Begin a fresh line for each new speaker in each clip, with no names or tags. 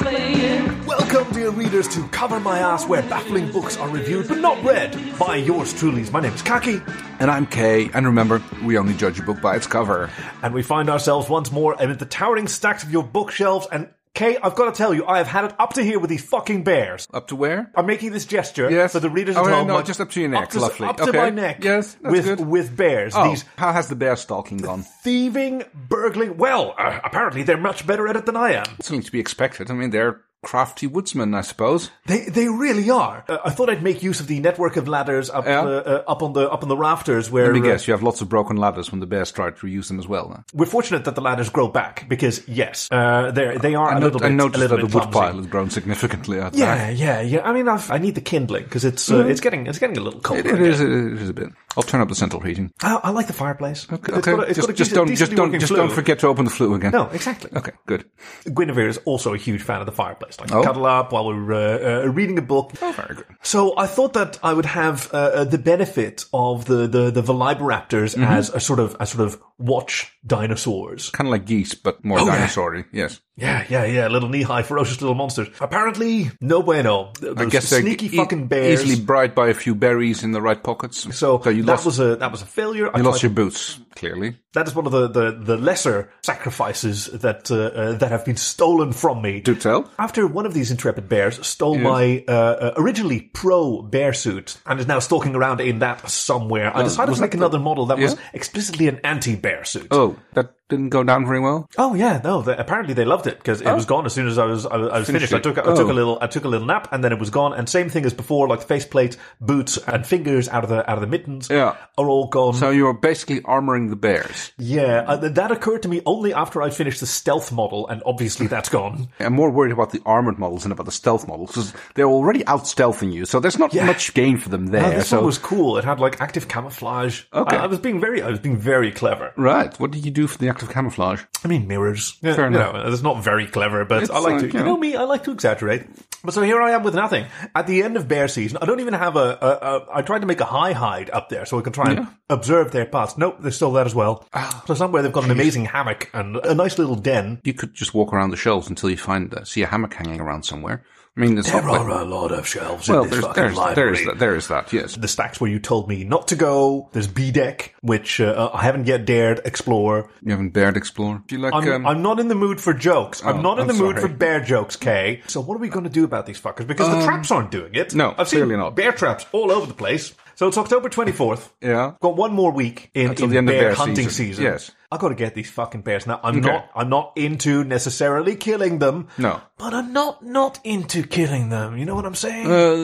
Welcome, dear readers, to Cover My Ass, where baffling books are reviewed but not read by yours truly. My name's Kaki,
And I'm Kay, and remember, we only judge a book by its cover.
and we find ourselves once more amid the towering stacks of your bookshelves. And Kay, I've got to tell you, I have had it up to here with these fucking bears.
Up to where?
I'm making this gesture
Yes.
for the readers
Oh,
at
no,
home.
no,
like,
just up to your neck,
up to,
lovely.
Up to
Okay.
my neck.
Yes, that's
with
good.
with bears.
Oh,
These
how has the bear stalking gone?
thieving, burgling. Well, uh, apparently they're much better at it than I am.
Something to be expected. I mean, they're crafty woodsmen, I suppose.
They they really are. Uh, I thought I'd make use of the network of ladders up
Yeah.
uh, uh, up on the up on the rafters where
Let me
uh,
guess, you have lots of broken ladders when the bears tried to reuse them as well. huh?
we're fortunate that the ladders grow back because yes, uh, they they are
I,
a
not-
little
I
bit a
noticed
little
that the
bit
wood
clumsy.
pile has grown significantly out back.
Yeah, yeah, yeah. I mean, I've, I need the kindling because it's uh, it's getting it's getting a little cold.
Mm-hmm. It is, it is a bit. I'll turn up the central heating.
I, I like the fireplace. It's
Okay,
got a- it's
just,
got a
just
decent-
don't, just
decently
don't,
working
just
flue.
don't forget to open the flue again.
No, exactly.
Okay, good.
Guinevere is also a huge fan of the fireplace. Like cuddle up while we're uh, uh, reading a book.
Oh. Very good.
So I thought that I would have uh, uh, the benefit of the the, the Velociraptors
Mm-hmm.
as a sort of as sort of watch dinosaurs.
Kind of like geese, but
Oh,
more dinosaur-y. Yes.
Yeah, yeah, yeah. Little knee high, ferocious little monsters. Apparently, no bueno. Those
I guess they're
sneaky
e-
fucking bears.
easily bribed by a few berries in the right pockets.
So,
you
that
lost,
was a that was a failure. I
you
tried-
lost your boots, clearly.
that is one of the, the, the lesser sacrifices that uh, uh, that have been stolen from me.
Do tell.
After one of these intrepid bears stole my uh, uh, originally pro bear suit and is now stalking around in that somewhere, I decided to make another model that was
Yeah?
explicitly an anti bear suit.
Oh, that didn't go down very well.
Oh yeah, no. They, apparently they loved it because it was gone as soon as I was I, was- I was
Oh. Finished
finished. I
it.
took I took
Oh.
a little I took a little nap and then it was gone. And same thing as before, like the faceplate, boots, and fingers out of the out of the mittens
Yeah.
are all gone.
So you were basically armoring the bears.
yeah, uh, th- that occurred to me only after I finished the stealth model, and obviously that's gone.
I'm more worried about the armored models than about the stealth models because they're already out stealthing you. So there's not much gain for them there.
Uh, this
so
one was cool. It had like active camouflage.
Okay.
I, I was being very I was being very clever.
right, what did you do for the act of camouflage?
I mean, mirrors. Yeah,
Fair
you
enough.
know, it's not very clever, but I like
like,
to.
you
You
know.
know me, I like to exaggerate. But so here I am with nothing. At the end of bear season, I don't even have a. a, a I tried to make a high hide up there so I can try and observe their past. Nope, they're still there as well.
Ah.
so somewhere they've got an amazing hammock and a nice little den.
You could just walk around the shelves until you find uh, see a hammock hanging around somewhere. I mean, it's not like-
a lot of shelves
well, there's, there's, there is that. There is that. Yes.
the stacks where you told me not to go. There's B deck, which uh, I haven't yet dared explore.
You haven't dared explore. Do you like?
I'm,
um, Oh,
I'm not in the mood for jokes. I'm not in
I'm
the mood
sorry. Um,
for bear jokes, Kay. So what are we going to do about these fuckers? Because the traps aren't doing it.
no,
I've seen
clearly not.
bear traps all over the place. So it's October 24th.
Yeah.
Got one more week in,
Until
in
the end of
bear,
bear
hunting
season.
season.
Yes.
I've got to get these fucking bears. Now, I'm not I'm not into necessarily killing them.
No.
But I'm not not into killing them. You know what I'm saying?
uh,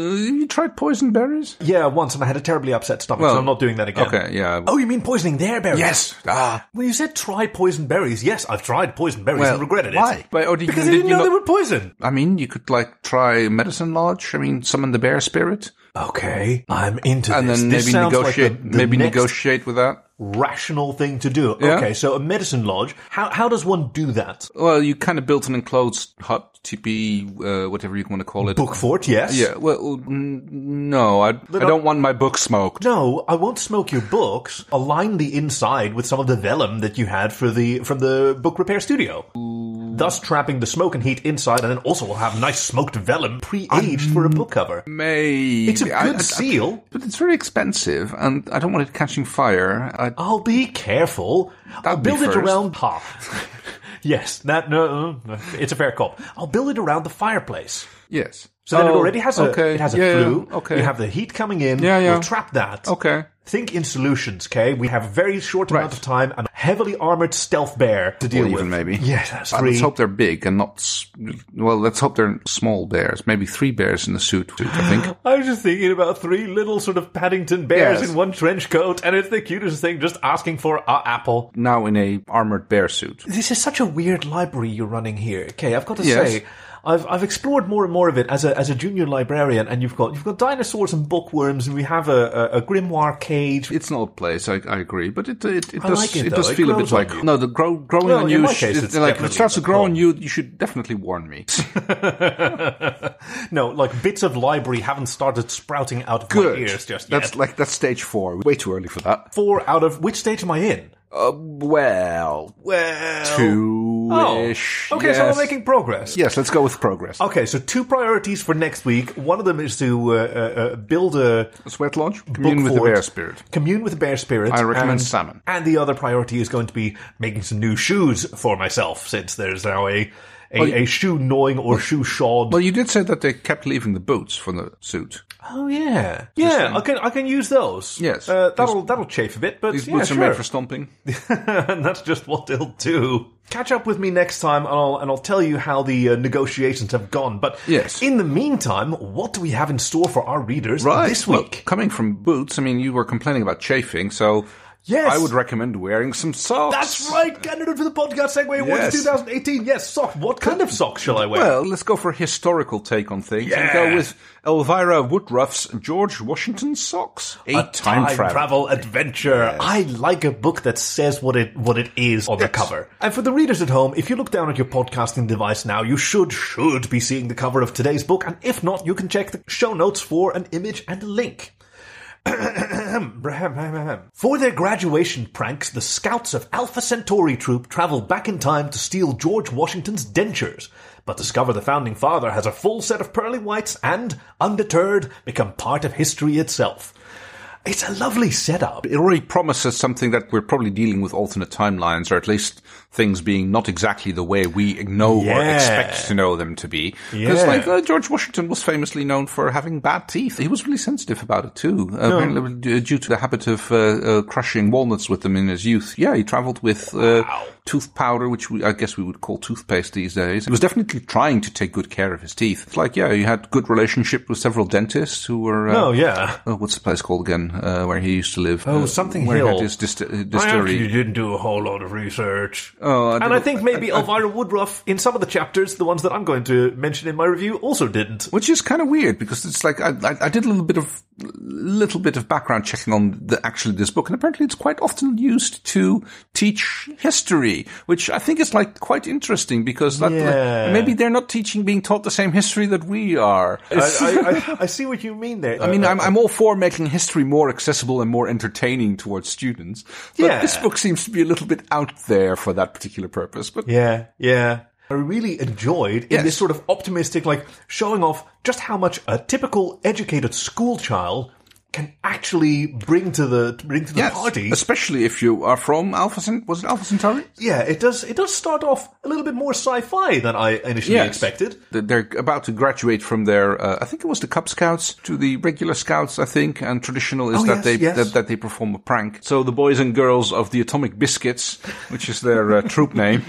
you tried poison berries?
yeah, once and I had a terribly upset stomach, so I'm not doing that again.
Okay, yeah.
Oh, you mean poisoning their berries?
Yes. Ah.
Well, you said try poison berries. Yes, I've tried poison berries and regretted it.
why? Why, or did you-
because I
did
didn't
you
know
not-
they were poison.
I mean, you could like try medicine lodge. I mean, summon the bear spirit,
Okay, I'm into
and
this.
then
This
maybe
sounds
negotiate.
like the, the
maybe
next
negotiate with that.
rational thing to do.
Yeah.
Okay, so a medicine lodge. How how does one do that?
Well, you kind of built an enclosed hut, teepee, uh, whatever you want to call it.
Book fort, yes.
Yeah. Well, n- no, I, I don't want my book smoked.
No, I won't smoke your books. Align the inside with some of the vellum that you had for the from the book repair studio. Thus trapping the smoke and heat inside, and then also we'll have nice smoked vellum pre-aged for a book cover.
Maybe
It's a good
I- I-
seal.
but it's very expensive, and I don't want it catching fire. I,
I'll be careful. I'll
be
build it
first.
around. Ha. yes, that no, no, it's a fair call. I'll build it around the fireplace.
yes.
So then it
Oh,
already has a
okay.
it has a
Yeah, yeah,
flue.
Okay.
You have the heat coming in.
Yeah, yeah.
We'll trap that.
okay. Uh,
Think in solutions, okay? We have a very short amount
Right.
of time and a heavily armored stealth bear to deal
Or
with.
even maybe.
Yes, that's
Uh,
three.
Let's hope they're big and not. s- Well, let's hope they're small bears. Maybe three bears in a suit. I think.
I was just thinking about three little sort of Paddington bears
Yes.
in one trench coat, and it's the cutest thing, just asking for a apple.
now in a armored bear suit.
This is such a weird library you're running here. Okay, I've got to
Yes.
say, I've I've explored more and more of it as a as a junior librarian, and you've got you've got dinosaurs and bookworms, and we have a a, a grimoire cage.
It's an old place, I, I agree, but it it, it
I
does
like it,
it,
though.
does
It
feel a bit
grows on
like
you.
no the grow, growing
Well,
on
in
you.
my
sh-
case,
it's
it's
like if it
definitely
starts to
the
grow on
problem.
you, you should definitely warn me.
No, like bits of library haven't started sprouting out of my
Good,
ears just yet.
that's like that's stage four. Way too early for that.
Four out of which stage am I in?
Uh, well,
Well, oh,
two-ish.
Okay, so
yes.
we're making progress.
Yes, let's go with progress.
Okay, so two priorities for next week. One of them is to uh, uh, uh, build a
Sweat lodge. Commune with the
forward.
bear spirit.
commune with the bear spirit.
I recommend
and,
salmon.
And the other priority is going to be making some new shoes for myself, since there's now a a, a shoe gnawing or shoe shod.
Well, you did say that they kept leaving the boots from the suit.
oh yeah, yeah. I can I can use those.
Yes.
uh, that'll that'll chafe a bit, but
These
yeah,
boots
sure.
are made for stomping.
and that's just what they'll do. Catch up with me next time, and I'll and I'll tell you how the uh, negotiations have gone. But
Yes.
in the meantime, what do we have in store for our readers this
Well,
week?
coming from boots, I mean, you were complaining about chafing, so
Yes.
I would recommend wearing some socks.
That's right, candidate for the podcast segue awards
Yes.
2018. Yes, sock. What kind of sock shall I wear?
Well, let's go for a historical take on things and
Yeah.
go with Elvira Woodruff's George Washington socks. A, time, travel.
adventure. I like a book that says what it what it is on the cover. And for the readers at home, if you look down at your podcasting device now, you should should be seeing the cover of today's book. And if not, you can check the show notes for an image and a link. For their graduation pranks, the scouts of Alpha Centauri Troop travel back in time to steal George Washington's dentures, but discover the founding father has a full set of pearly whites and, undeterred, become part of history itself. It's a lovely setup.
It already promises something that we're probably dealing with alternate timelines, or at least things being not exactly the way we know or
Yeah.
expect to know them to be. Because,
Yeah.
like, uh, George Washington was famously known for having bad teeth. He was really sensitive about it, too. Uh, apparently d- Due to the habit of uh, uh, crushing walnuts with them in his youth. Yeah, he traveled with uh, tooth powder, which we, I guess we would call toothpaste these days. He was definitely trying to take good care of his teeth. It's like, yeah, he had good relationship with several dentists who were... Uh,
Oh yeah.
Oh, what's the place called again? Uh, where he used to live? Oh,
something
where he had
Hill.
his dist- uh,
actually
distillery.
didn't do a whole lot of research.
Oh, I
and I
didn't-
think maybe Elvira Woodruff, in some of the chapters, the ones that I'm going to mention in my review, also didn't.
Which is kind of weird because it's like I, I, I did a little bit of little bit of background checking on the actually this book, and apparently it's quite often used to teach history, which I think is like quite interesting because that,
Yeah.
maybe they're not teaching being taught the same history that we are.
I, I, I, I see what you mean there.
I mean, I'm, I'm all for making history more accessible and more entertaining towards students, but
Yeah.
this book seems to be a little bit out there for that particular purpose. But
Yeah, yeah. I really enjoyed in
Yes.
this sort of optimistic, like showing off just how much a typical educated school child can actually bring to the bring to the
Yes,
party.
Especially if you are from Alpha Cent- was it Alpha Centauri?
Yeah, it does. It does start off a little bit more sci-fi than I initially
Yes.
expected.
Th- They're about to graduate from their, uh, I think it was the Cub Scouts to the regular Scouts, I think, and traditional is
Oh,
that
yes,
they
yes.
That, that they perform a prank. So the boys and girls of the Atomic Biscuits, which is their uh, troop name,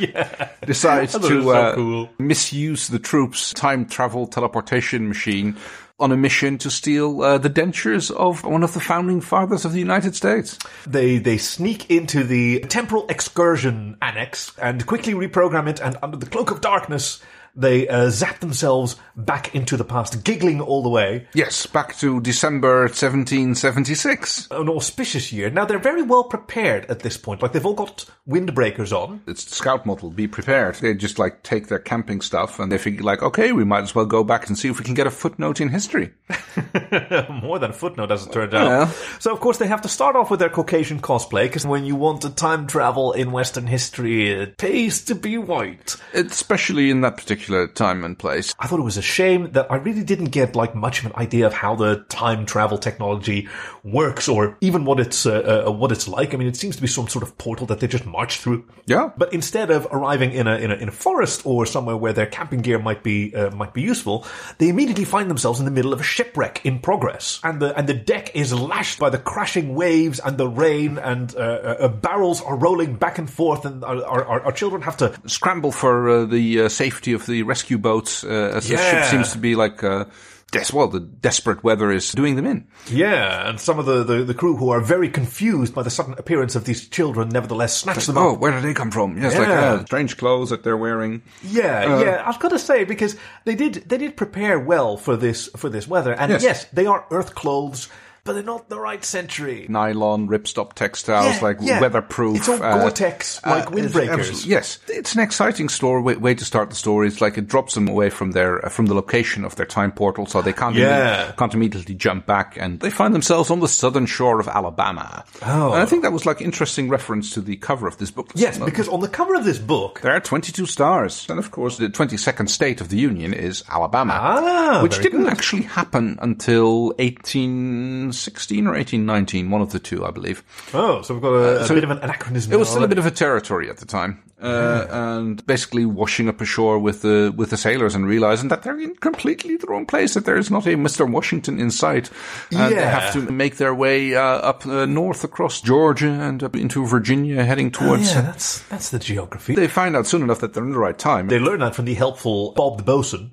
decide
thought it was
to
so
uh,
cool.
misuse the troops' time travel teleportation machine on a mission to steal uh, the dentures of one of the founding fathers of the United States.
They they sneak into the temporal excursion annex and quickly reprogram it, and under the cloak of darkness, they uh, zap themselves back into the past, giggling all the way.
Yes, back to December 1776.
An auspicious year. Now they're very well prepared at this point. Like they've all got windbreakers on.
it's the scout model. Be prepared. They just like take their camping stuff and they figure like, okay, we might as well go back and see if we can get a footnote in history.
More than a footnote, as it turned out. So, of course, they have to start off with their Caucasian cosplay, because when you want to time travel in Western history, it pays to be white.
Especially in that particular time and place.
I thought it was a shame that I really didn't get, like, much of an idea of how the time travel technology works, or even what it's, uh, uh, what it's like. I mean, it seems to be some sort of portal that they just march through.
Yeah.
But instead of arriving in a, in a, in a forest or somewhere where their camping gear might be uh, might be useful, they immediately find themselves in the middle of a shipwreck in progress, and the and the deck is lashed by the crashing waves and the rain, and uh, uh, uh, barrels are rolling back and forth, and our, our, our- our children have to
Scramble for uh, the uh, safety of the rescue boats uh, as the
Yeah.
ship seems to be like, uh, des- well, the desperate weather is doing them in.
yeah, and some of the, the, the crew who are very confused by the sudden appearance of these children, nevertheless snatch them up.
Oh, where did they come from? Yes, like
Yeah.
uh, strange clothes that they're wearing. Uh,
Yeah, yeah. I've got to say because they did they did prepare well for this for this weather, and yes,
Yes.
they are earth clothes. but they're not the right century.
Nylon, ripstop textiles,
Yeah,
like
yeah.
weatherproof.
It's all
uh,
Gore-Tex, like windbreakers.
Absolutely, Yes, it's an exciting story way, way to start the story. It's like it drops them away from their uh, from the location of their time portal, so they can't
Yeah.
imme- can't immediately jump back, and they find themselves on the southern shore of Alabama.
Oh.
and I think that was like interesting reference to the cover of this book.
Yes,
Uh,
because on the cover of this book,
there are 22 stars. And of course, the 22nd state of the Union is Alabama.
Ah,
which
very
didn't actually happen until 1816 or 1819, one of the two, I believe.
oh, so we've got a, a
so
bit of an anachronism.
It was still a bit of a territory at the time.
Hmm.
Uh, and basically washing up ashore with the, with the sailors and realizing that they're in completely the wrong place, that there is not a Mr. Washington in sight. And they
Yeah.
have to make their way uh, up uh, north across Georgia and up into Virginia, heading towards.
Oh, yeah, that's that's the geography.
They find out soon enough that they're in the right time.
They learn that from the helpful Bob the Bosun,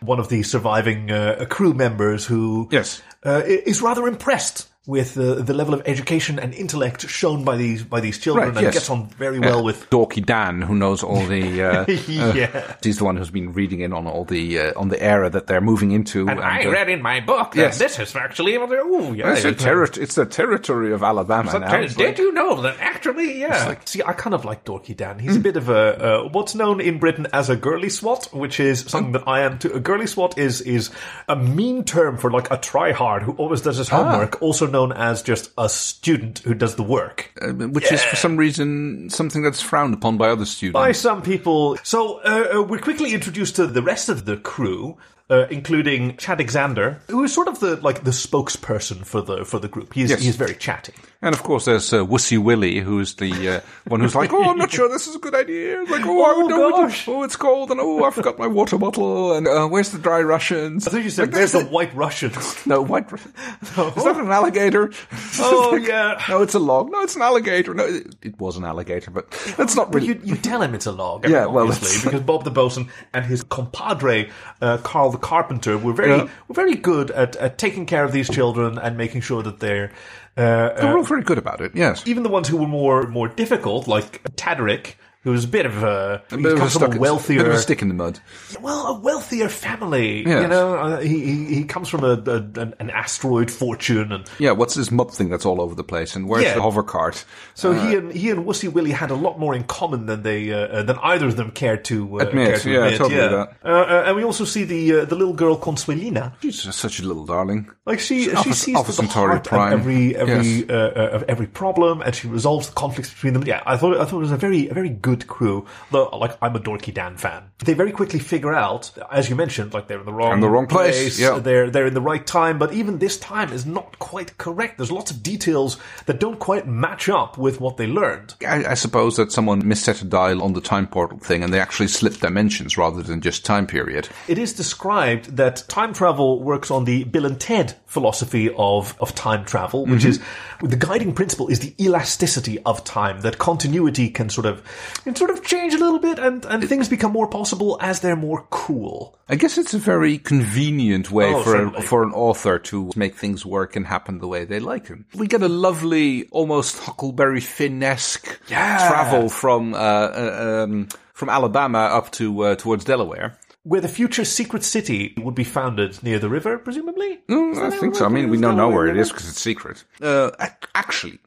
one of the surviving uh, crew members who
Mm-hmm. Yes.
uh, i- is rather impressed with uh, the level of education and intellect shown by these by these children
Right,
and
yes.
gets on very well with
Dorky Dan, who knows all the. Uh,
yeah.
he's the one who's been reading in on all the uh, on the era that they're moving into. And uh,
in my book that
Yes.
this is actually oh yeah
it's, a terri- it's the territory of Alabama now. It's like-
you know that actually? Yeah. See, I kind of like Dorky Dan. He's a bit of a uh, what's known in Britain as a girly swat, which is something that I am too. A girly swat is is a mean term for like a tryhard who always does his homework, also known as just a student who does the work
uh, which is for some reason something that's frowned upon by other students.
by some people. So uh, uh, we're quickly introduced to the rest of the crew. Uh, including Chad Xander, who is sort of the like the spokesperson for the for the group. He's
Yes.
he's very chatty.
And of course, there's uh, Wussy Willie, who's the uh, one who's like, "Oh, I'm not sure this is a good idea." It's like, "Oh, I
Oh,
would know what
gosh.
you- oh, it's cold, and oh, I forgot my water bottle, and uh, where's the dry Russians?"
I thought you said
Like,
there's
that's
the White Russians.
No, white. Is that an alligator?
Oh, yeah.
No, it's a log. No, it's an alligator. No, it, it was an alligator, but that's not really.
You, you tell him it's a log,
Yeah, well, that's-
obviously, because Bob the bosun and his compadre uh, Carl the carpenter were very
Yeah.
were very good at, at taking care of these children and making sure that they're uh, uh,
They're all very good about it. Yes.
even the ones who were more more difficult, like Taderick, who was a bit of a, he
Bit of a
comes from
stuck-
a wealthier
bit of a stick in the mud.
well, a wealthier family. You
Yes.
know, uh, he, he he comes from a, a an, an asteroid fortune and.
Yeah, what's this mud thing that's all over the place, and where's
Yeah.
the hover cart?
So he and he and Wussy Willie had a lot more in common than they uh, uh, than either of them cared to uh,
Admit,
cared to
yeah,
admit.
totally
yeah.
that.
Uh, uh, and we also see the uh, the little girl Consuelina.
She's just such a little darling.
Like she she
Alpha-
sees
Alpha
the
Centauri
heart
Prime.
of every every
Yes.
uh, uh, of every problem, and she resolves the conflicts between them. Yeah, I thought I thought it was a very a very good crew. Though, like I'm a dorky Dan fan. They very quickly figure out, as you mentioned, like they're in the wrong
In the wrong place, yeah.
they're they're in the right time, but even this time is not quite correct. There's lots of details that don't quite match up with what they learned.
I, I suppose that someone misset a dial on the time portal thing, and they actually slipped dimensions rather than just time period.
It is described that time travel works on the Bill and Ted philosophy of, of time travel, which
Mm-hmm.
is the guiding principle is the elasticity of time, that continuity can sort of can sort of change a little bit and, and things become more possible as they're more cool.
I guess it's a very convenient way
Oh,
for a,
certainly.
for an author to make things work and happen the way they like them. We get a lovely, almost Huckleberry Finn-esque
Yeah.
travel from uh, uh, um, from Alabama up to uh, towards Delaware.
Where the future secret city would be founded near the river, presumably?
Mm, I think so. I mean, we
Is that
don't know
where
where
they
it is because it's secret. Uh, ac- actually,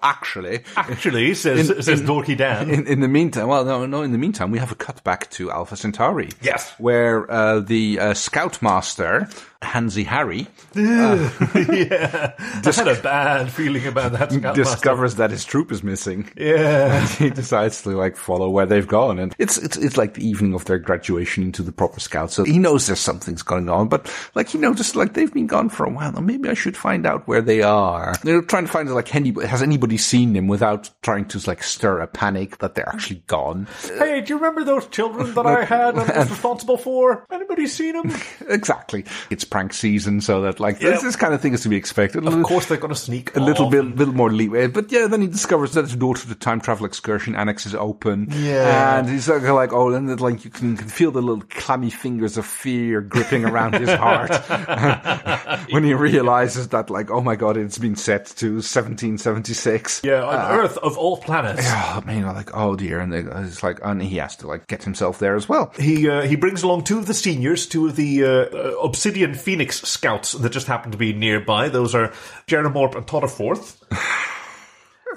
actually,
Actually, says says Dorky Dan.
In, in the meantime, well, no, no. In the meantime, we have a cutback to Alpha Centauri.
Yes.
where uh, the uh, scoutmaster Hansi Harry
yeah. I had a bad feeling about that. Scoutmaster.
discovers that his troop is missing.
Yeah.
He decides to like follow where they've gone, and it's it's it's like the evening of their graduation into the proper scouts. So he knows there's something's going on, but like he noticed like they've been gone for a while. Now maybe I should find out where they are. They're trying to find like any, has anybody seen them without trying to like stir a panic that they're actually gone.
Hey, do you remember those children that I had and was responsible for? Anybody seen them?
Exactly. It's prank season, so that like
Yeah.
this, this kind of thing is to be expected.
Of course, they're going to sneak
A little
off.
bit, little more leeway, but yeah. Then he discovers that the door to the time travel excursion annex is open.
Yeah.
and he's like, like, oh, and then, like you can feel the little clammy fingers of fear gripping around his heart when he realizes that, like, oh my god, it's been set to 1775 1976.
Yeah, on
Uh,
Earth of all planets.
yeah, I mean, like, oh dear, and they, it's like, and he has to like get himself there as well.
He uh, he brings along two of the seniors, two of the uh, uh, Obsidian Phoenix scouts that just happen to be nearby. Those are Jeremorp and Totterforth.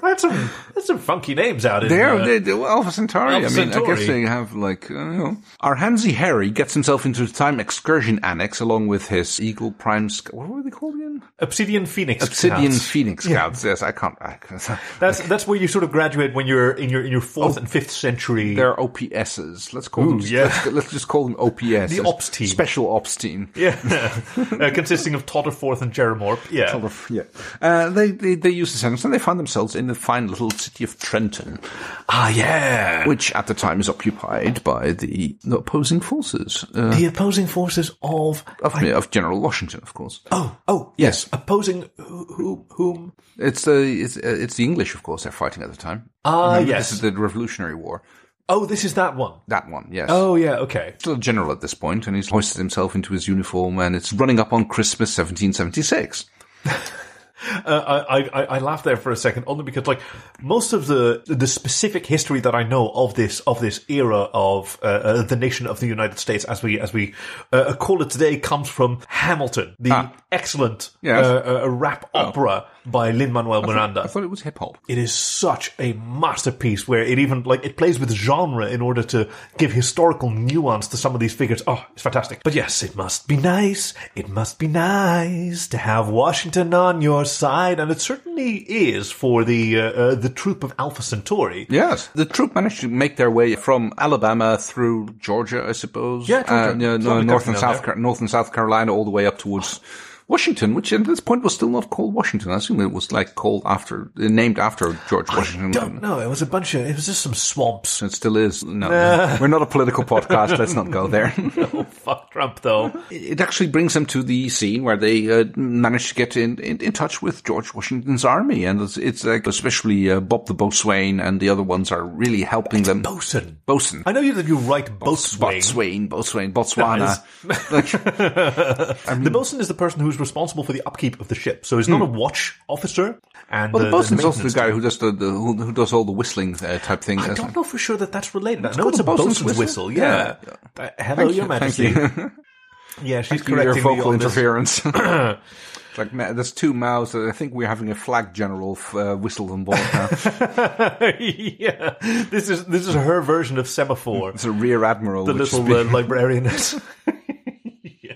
that's some that's some funky names out in
There,
uh,
they, they, well, Alpha Centauri.
Alpha
I mean, I
Centauri.
guess they have like, I don't know. Our Hansi Harry gets himself into the time excursion annex along with his Eagle Prime. Sc- what were they called again?
Obsidian Phoenix.
Obsidian
Scouts.
Phoenix Scouts. Yes, I can't. I can't.
That's that's where you sort of graduate when you're in your in your fourth and fifth century.
Oh. They're OPSs. Let's call them. Just,
yeah.
let's, let's just call them OPS.
The ops team.
Special ops team.
Yeah, uh, consisting of Totterforth and Jeremorp. Yeah,
Sort of, Yeah. Uh, they, they they use the sentence and they find themselves in the fine little city of Trenton,
ah, yeah.
which at the time is occupied by the opposing forces uh,
The opposing forces of
of, of General Washington, of course.
oh oh
Yes.
opposing who, who whom
It's the it's, uh, it's the English, of course. They're fighting at the time.
ah
Remember,
yes
This is the Revolutionary War.
oh this is that one
That one, yes.
oh yeah okay
Still a general at this point, and he's hoisted himself into his uniform, and it's running up on Christmas 1776.
Uh, I, I I laughed there for a second only because like most of the the specific history that I know of this of this era of uh, uh, the nation of the United States as we as we uh, call it today comes from Hamilton, the excellent
Ah. Yes. Oh.
uh, uh, rap opera by Lin Manuel Miranda.
I thought it was hip hop.
it is such a masterpiece where it even like it plays with genre in order to give historical nuance to some of these figures. Oh, it's fantastic. But yes, it must be nice. It must be nice to have Washington on your side, and it certainly is for the uh, uh, the troop of Alpha Centauri.
Yes, the troop managed to make their way from Alabama through Georgia, I suppose.
Yeah, Georgia.
Uh, no,
It's
no,
lovely
North
country
and
down
South, Car- North and South Carolina, all the way up towards Washington, which at this point was still not called Washington. I assume it was like called after, uh, named after George Washington.
Don't know. It was a bunch of. It was just some swamps.
It still is. No, we're not a political podcast. Let's not go there.
oh fuck Trump though.
it actually brings them to the scene where they uh, manage to get in, in in touch with George Washington's army, and it's, it's like especially uh, Bob the Boatswain and the other ones are really helping them.
Bosun.
Bosun.
I know you that you write boatswain.
Botswain, Botswain, Botswana.
the bosun is the person who's responsible for the upkeep of the ship, so he's not a watch officer. And
Hmm. Well, the bosun's
maintenance
also the guy who does the, the who, who does all the whistling uh, type thing.
I
doesn't
don't know for sure that that's related. I know
called
it's a
a bosun's
bosun's whistle.
whistle.
Yeah. Uh, hello,
Thank
Your
you, thank
Majesty. yeah, she's
he? Your
correcting me
vocal
on this.
interference. It's Like ma- there's two mouths. I think we're having a flag general f- uh, whistle on board now.
yeah, this is this is her version of semaphore.
it's a rear admiral.
the
which
little
is-
uh, librarianess. Yeah.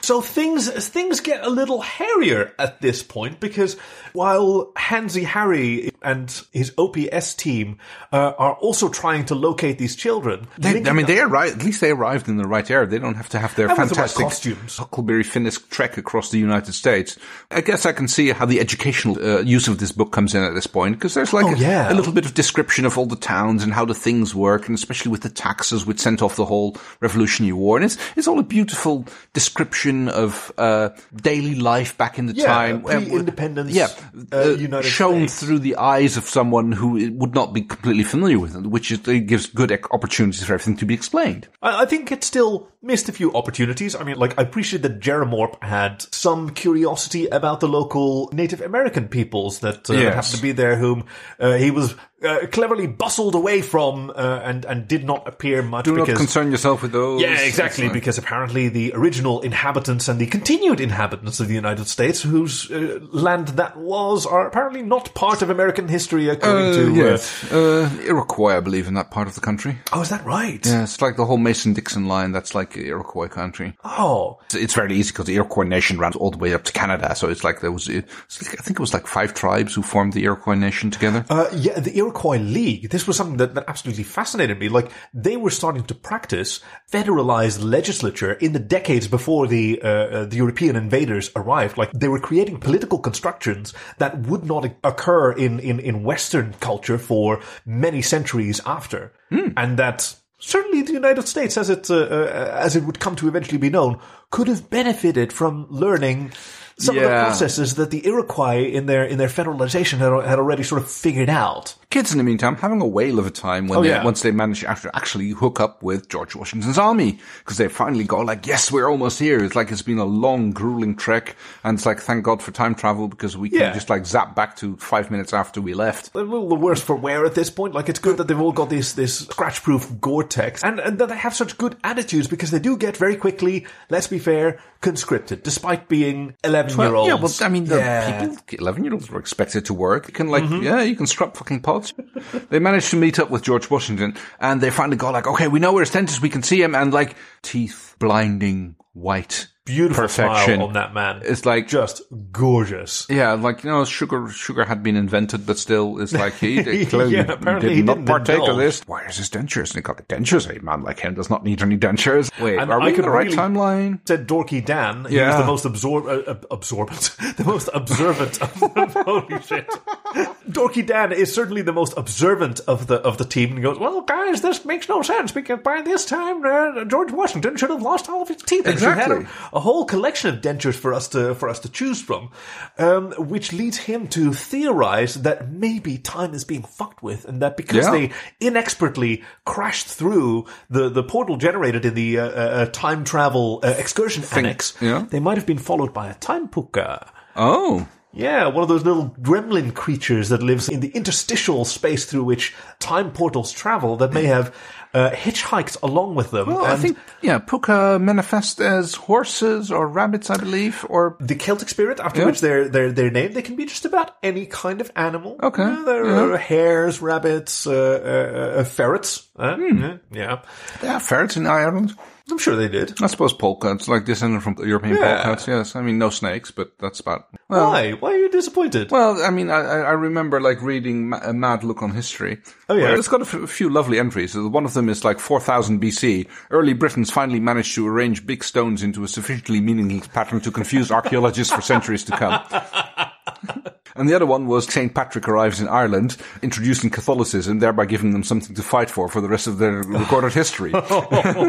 So things things get a little hairier at this point because while Hansi Harry and his OPS team uh, are also trying to locate these children,
They, I
Lincoln-
mean, they arrived. At least they arrived in the right era. They don't have to have their
with the right
fantastic
costumes.
Huckleberry Finnish trek across the United States. I guess I can see how the educational uh, use of this book comes in at this point because there's like
Oh,
a,
yeah.
a little bit of description of all the towns and how the things work, and especially with the taxes, which sent off the whole Revolutionary War. And it's it's all a beautiful description of uh, daily life back in the
Yeah,
time, Uh,
pre-independence,
yeah,
uh, United
shown
States.
through the eyes of someone who would not be completely familiar with it, which is, it gives good ec- opportunities for everything to be explained.
I, I think it still missed a few opportunities. I mean, like, I appreciate that Jeremorp had some curiosity about the local Native American peoples that uh,
Yes.
happened to be there, whom uh, he was uh, cleverly bustled away from uh, and, and did not appear much
Do not
because.
concern yourself with those.
yeah, exactly.
It's like-
Because apparently the original inhabitants and the continued inhabitants of the United States, whose uh, land that was, are apparently not part of American history, according
Uh,
to. Uh,
yes. Uh, Iroquois, I believe, in that part of the country.
oh, is that right?
Yeah, it's like the whole Mason-Dixon line. That's like Iroquois country.
Oh,
It's, it's very easy because the Iroquois nation ran all the way up to Canada. So it's like there was, it's like, I think it was like five tribes who formed the Iroquois nation together.
Uh, yeah, the Iroquois League. This was something that, that absolutely fascinated me. Like they were starting to practice federalized legislature in the decades before the uh, uh, the European invaders arrived. Like they were creating political constructions that would not occur in in, in Western culture for many centuries after, and that. Certainly, the United States, as it uh, uh, as it would come to eventually be known, could have benefited from learning some of the
Yeah.
processes that the Iroquois in their in their federalization had, had already sort of figured out.
Kids, in the meantime, having a whale of a time when
Oh,
they,
yeah.
once they manage to act- actually hook up with George Washington's army because they finally go like, yes, we're almost here. It's like it's been a long, grueling trek, and it's like, thank God for time travel because we can
Yeah.
just like zap back to five minutes after we left.
a little the worse for wear at this point. Like it's good that they've all got this this scratch proof Gore-Tex, and, and that they have such good attitudes because they do get very quickly. Let's be fair, conscripted despite being eleven year olds.
Yeah, well, I mean, the
Yeah.
people, 11 year olds were expected to work. You can, like, yeah, you can scrub fucking pods. they managed to meet up with George Washington and they finally go, like, okay, we know where his tent is. We can see him. And, like, teeth blinding white.
beautiful
Perfection.
smile on that man.
It's like,
just gorgeous.
yeah, like, you know, sugar, sugar had been invented, but still, it's like, he did- clearly
Yeah, apparently
did
he
not
didn't
partake of
indulge.
this. Why is his dentures? And he got the dentures. A man like him does not need any dentures. Wait,
And
are
I
we in
could
the right
really-
timeline?
Said Dorky Dan, he was
Yeah.
the most absor- uh, uh, absorbent, the most observant of the holy shit. Dorky Dan is certainly the most observant of the of the team, and goes, "Well, guys, this makes no sense because by this time uh, George Washington should have lost all of his teeth. and should have had
Exactly.
a, a whole collection of dentures for us to for us to choose from, um, which leads him to theorize that maybe time is being fucked with, and that because
Yeah.
they inexpertly crashed through the, the portal generated in the uh, uh, time travel uh, excursion annex,
yeah.
they might have been followed by a time pooka.
Oh.
Yeah, one of those little gremlin creatures that lives in the interstitial space through which time portals travel that may have uh, hitchhiked along with them.
Well, I
and
think yeah, puka manifest as horses or rabbits, I believe, or
the Celtic spirit, after
Yeah.
which they're, they're, they're named, they can be just about any kind of animal.
Okay, Uh-huh.
Yeah, they're
yeah.
uh, hares, rabbits, uh, uh, uh, ferrets. Uh,
Hmm.
Yeah.
yeah, ferrets in Ireland.
I'm sure they did.
I suppose polka. It's like descended from European
Yeah.
polkas. Yes, I mean no snakes, but that's about.
Why? Why are you disappointed?
Well, I mean, I, I I remember like reading Ma- A Mad Look on History.
Oh, yeah.
where it's got a f- few lovely entries. One of them is like 4000 BC. Early Britons finally managed to arrange big stones into a sufficiently meaningless pattern to confuse archaeologists for centuries to come. And the other one was St. Patrick arrives in Ireland, introducing Catholicism, thereby giving them something to fight for for the rest of their recorded history.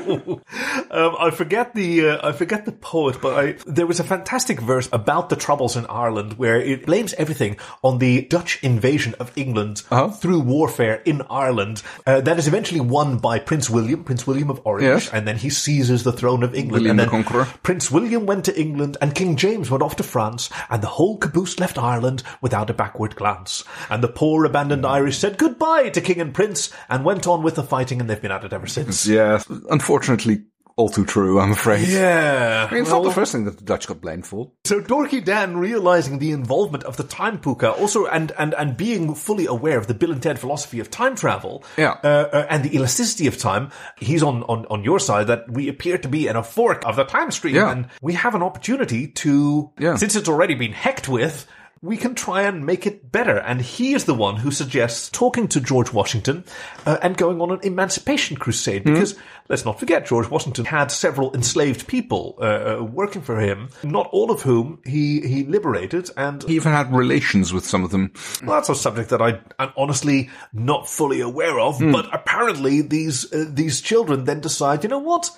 Um, I forget the uh, I forget the poet, but I, there was a fantastic verse about the troubles in Ireland where it blames everything on the Dutch invasion of England
Uh-huh.
through warfare in Ireland uh, that is eventually won by Prince William, Prince William of Orange,
Yes.
and then he seizes the throne of England. and
William the
then
Conqueror.
Prince William went to England, and King James went off to France, and the whole caboose left Ireland without a backward glance. And the poor abandoned
Hmm.
Irish said goodbye to King and Prince and went on with the fighting, and they've been at it ever since.
yes. Unfortunately, all too true, I'm afraid.
Yeah.
I mean, it's not the first thing that the Dutch got blamed for.
So Dorky Dan realizing the involvement of the time puka also and, and, and being fully aware of the Bill and Ted philosophy of time travel
Yeah.
uh, uh, and the elasticity of time, he's on, on, on your side that we appear to be in a fork of the time stream
Yeah.
and we have an opportunity to,
Yeah.
since it's already been hecked with, we can try and make it better. And he is the one who suggests talking to George Washington uh, and going on an emancipation crusade. Because let's not forget, George Washington had several enslaved people uh, uh, working for him, not all of whom he, he liberated. And
He even had relations with some of them.
well, that's a subject that I am honestly not fully aware of. But apparently, these uh, these children then decide, you know what?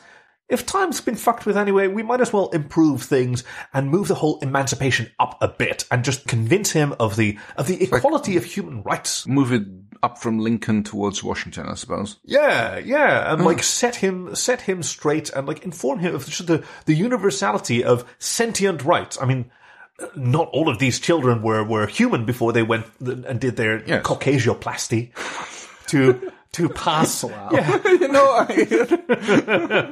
If time's been fucked with anyway, we might as well improve things and move the whole emancipation up a bit, and just convince him of the of the equality of human rights.
Move it up from Lincoln towards Washington, I suppose.
Yeah, yeah, and like set him set him straight, and like inform him of just the the universality of sentient rights. I mean. uh, Not all of these children were, were human before they went and did their
Yes.
caucasioplasty. to to pass. Yeah,
you know, I...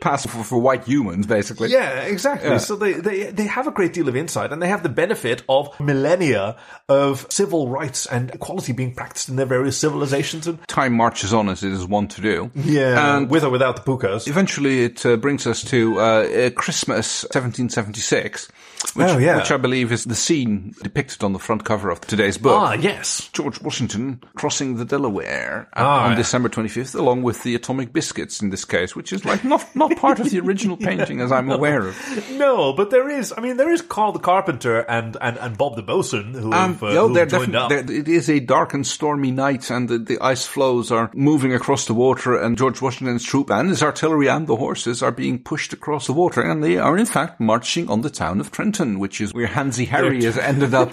pass for, for white humans, basically.
yeah, exactly. So they, they they have a great deal of insight, and they have the benefit of millennia of civil rights and equality being practiced in their various civilizations. And
Time marches on as it is wont to do.
yeah,
And
with or without the pukas.
eventually it uh, brings us to uh, uh, Christmas 1776, which,
Oh, yeah.
which I believe is the scene depicted on the front cover of today's book.
Ah, yes.
George Washington crossing the Delaware at
Ah,
on
yeah.
December 25th, along with the Atomic Biscuits in this case, which is like not, not part of the original painting as I'm aware of.
No, but there is. I mean, there is Carl the Carpenter and, and, and Bob the Bosun who have, uh,
no,
who
Um, they're
have joined
definitely-
up.
they're- it is a dark and stormy night, and the, the ice floes are moving across the water, and George Washington's troop and his artillery and the horses are being pushed across the water, and they are in fact marching on the town of Trenton, which is where Hansy Harry has ended up,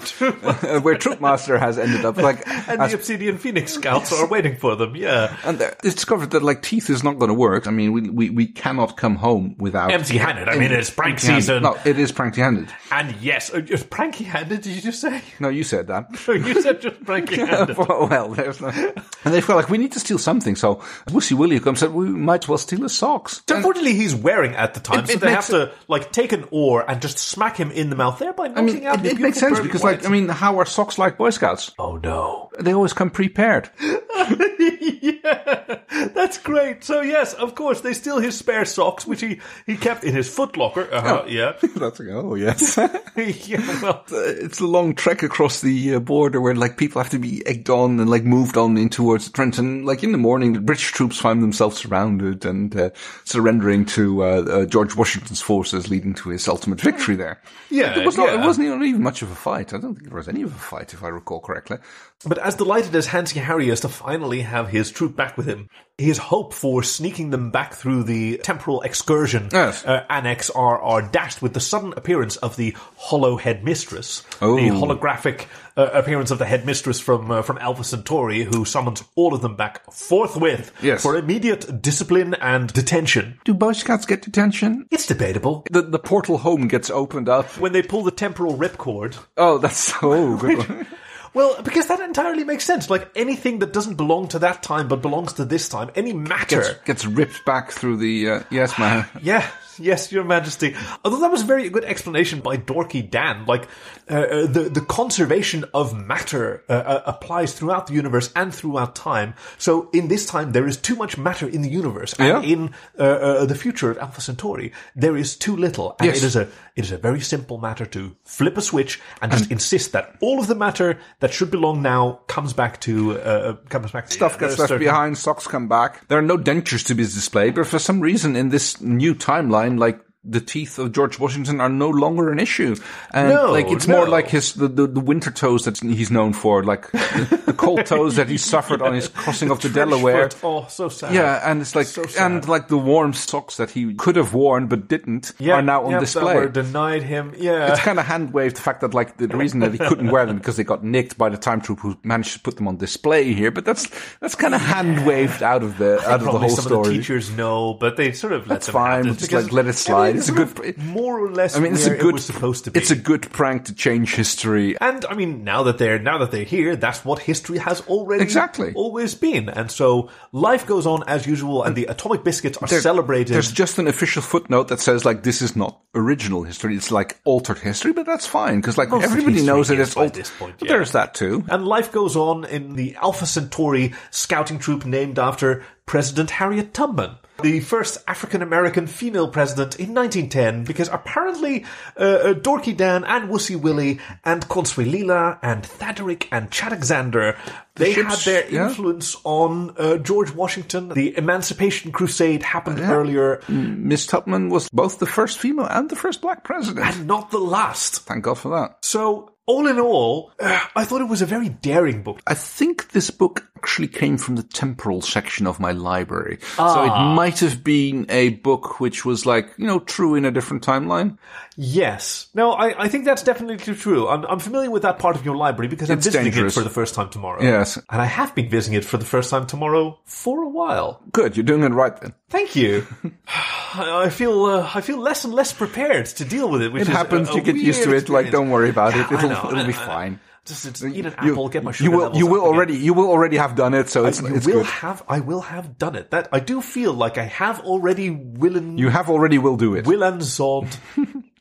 where Troopmaster has ended up. Like,
and
as
the Obsidian Phoenix Scouts are waiting for them. Yeah,
And uh, it's discovered that like teeth is not going to work. I mean, we, we, we cannot come home without
empty-handed. I mean, it's prank
Empty-handed.
season,
No, it is pranky-handed.
and yes, uh, just pranky-handed. Did you just say?
No, you said that.
No, you said just pranky-handed.
well, there's no. And they felt like we need to steal something. So Wussy Willie comes up. We might as well steal his socks.
So unfortunately, he's wearing at the time,
It-
so
it
they have
makes-
to like take an oar and just smack him in the mouth, thereby knocking
I mean,
out
it,
the
it
beautiful
makes sense
pearly
because,
whites.
like, I mean, how are socks like Boy Scouts?
oh no,
They always come prepared.
yeah, that's great. So yes, of course, they steal his spare socks, which he he kept in his footlocker. Uh-huh, yeah.
That's like, oh yes.
yeah, well,
it's a long trek across the uh, border where like people have to be egged on and like moved on in towards Trenton. Like in the morning, the British troops find themselves surrounded and uh, surrendering to uh, uh, George Washington's forces, leading to his ultimate victory there.
Yeah,
it, was not,
yeah.
it wasn't even, even much of a fight. I don't think there was any of a fight, if I recall correctly.
But as delighted as Hansi Harry is to finally have his troop back with him, his hope for sneaking them back through the temporal excursion
Yes.
uh, annex are, are dashed with the sudden appearance of the Hollow Headmistress,
Oh.
the holographic uh, appearance of the headmistress from uh, from Alpha Centauri, who summons all of them back forthwith
Yes.
for immediate discipline and detention.
Do Boy Scouts get detention?
It's debatable.
The, the portal home gets opened up.
When they pull the temporal ripcord,
Oh, that's so good. one.
Well, because that entirely makes sense. Like anything that doesn't belong to that time but belongs to this time, any matter.
Gets, gets ripped back through the uh, yes, man.
Yeah, yes, Your Majesty. Although that was a very good explanation by Dorky Dan. Like uh, uh, the the conservation of matter uh, uh, applies throughout the universe and throughout time. So in this time, there is too much matter in the universe, and
Yeah.
in uh, uh, the future of Alpha Centauri, there is too little. And
Yes.
it is a it is a very simple matter to flip a switch and just insist that all of the matter that should belong now comes back to uh, comes back. To,
stuff gets left behind, socks come back. There are no dentures to be displayed, but for some reason in this new timeline, like the teeth of George Washington are no longer an issue. And
No,
like it's
no.
more like his the, the, the winter toes that he's known for, like the, the cold toes that he suffered on his crossing of the Delaware.
Oh, so sad.
Yeah, and it's like
sad.
and like the warm socks that he could have worn but didn't
Yeah,
are now on
yeah, That
display.
were denied him. Yeah.
It's kind of hand waved the fact that like the reason that he couldn't wear them because they got nicked by the time troop who managed to put them on display here. But that's that's kind of hand waved out of the out of the
Probably
whole
some of the
story.
teachers know, but they sort of let
That's
them
fine,
have this
just,
because-
like, let it
I mean,
slide. It's a
sort
good-
of more or less.
I mean, it's a
where it
good
was supposed to be.
It's a good prank to change history.
and I mean, now that they're now that they're here, that's what history has already
Exactly.
always been, and so life goes on as usual, and the atomic biscuits are celebrated.
There's just an official footnote that says like this is not original history. It's like altered history, but that's fine because like
of
everybody
history
knows that
is
it's
by
altered.
this point,
But
yeah.
There's that too.
And life goes on in the Alpha Centauri scouting troop named after President Harriet Tubman, the first African American female president in 1910, because apparently uh, uh, Dorky Dan and Wussy Willie and Consuelila and Thadderik and Chadexander, they
ships,
had their
yeah.
influence on uh, George Washington. The Emancipation Crusade happened earlier,
Miss Tubman was both the first female and the first black president.
and not the last.
Thank God for that.
So, all in all, uh, I thought it was a very daring book.
I think this book actually came from the temporal section of my library. So
Ah.
it might have been a book which was like, you know, true in a different timeline.
Yes. No, I, I think that's definitely true. I'm, I'm familiar with that part of your library because I'm
It's
visiting
dangerous.
it for the first time tomorrow.
Yes.
And I have been visiting it for the first time tomorrow for a while.
Good, you're doing it right then.
Thank you. I I feel uh, I feel less and less prepared to deal with it. Which
It
is a-
happens,
a
you get used to it,
weird
like
experience.
don't worry about it.
Yeah, I
It'll
know,
it'll be
I- I-
fine.
Just, just eat an
You-
apple, get my sugar
you will
levels
you
up
will
again.
already you will already have done it, so it's,
You
it's
will
good.
have. I will have done it. That I do feel like I have already willen
You have already will do it.
Will and Zod.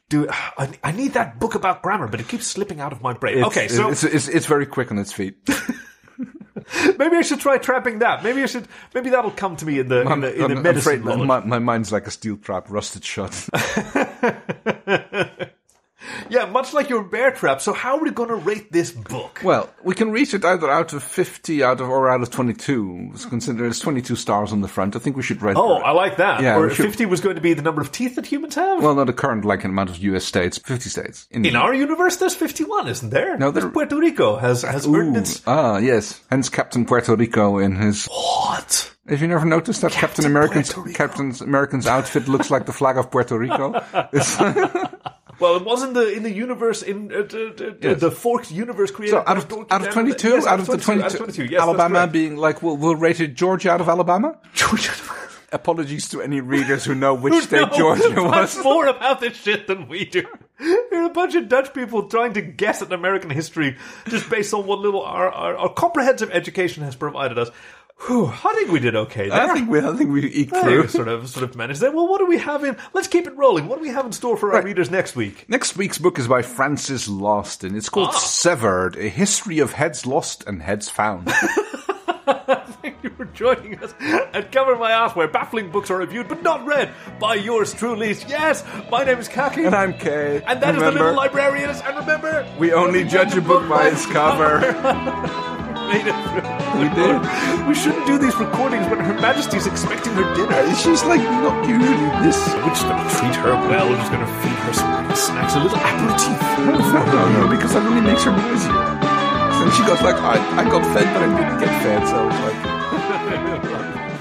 Do I, I need that book about grammar, but it keeps slipping out of my brain.
It's-
okay, so
it's, it's it's very quick on its feet.
maybe I should try trapping that. Maybe I should. Maybe that'll come to me in the in the, in the
I'm
medicine
afraid my,
bullet.
my- my mind's like a steel trap, rusted shut.
Yeah, much like your bear trap. So how are we going to rate this book?
Well, we can rate it either out of 50 out of or out of 22. It's considered it's 22 stars on the front. I think we should rate
Oh, I like that.
Yeah,
or
we should-
50 was going to be the number of teeth that humans have?
well, not a current like amount of US states, 50 states.
in our universe, there's 51, isn't there?
No,
There's
there-
Puerto Rico has, has earned
Ooh,
its...
ah, yes. Hence Captain Puerto Rico in his.
What?
Have you never noticed that Captain,
Captain
American's
Puerto Rico.
Captain American's outfit looks like the flag of Puerto Rico? It's-
Well, it was in the in the universe in uh, d- d- d- the forked universe created.
So out
by
of
Donkey
out of
Kong.
twenty two,
Yes,
out of the
22,
twenty
out of
two,
22. Yes, that's
Alabama
correct.
being like, we'll we'll rate it Georgia out of Alabama. Apologies to any readers who know which state
No,
Georgia
much
was.
more about this shit than we do. You're a bunch of Dutch people trying to guess at American history just based on what little our, our, our comprehensive education has provided us. Whew, I think we did okay there.
I think we I think we eked
I think we
through.
sort of sort of managed that. Well, what do we have in? Let's keep it rolling. What do we have in store for our readers next week?
Next week's book is by Francis Lost, and it's called Severed: A History of Heads Lost and Heads Found.
Thank you for joining us at Cover My Ass, where baffling books are reviewed but not read by yours truly. Yes, my name is Kaki,
and I'm Kay.
and that is
Remember,
the little librarians. And remember,
We only judge a book by its cover.
made it through.
we did.
We shouldn't do these recordings when Her Majesty's expecting her dinner.
She's like not usually this.
We're just gonna treat her well. We're just gonna feed her some snacks, a little aperitif.
No, no, no, because that really makes her noisy. And she goes like, I, I got fed, but I didn't get fed, so like.
Thank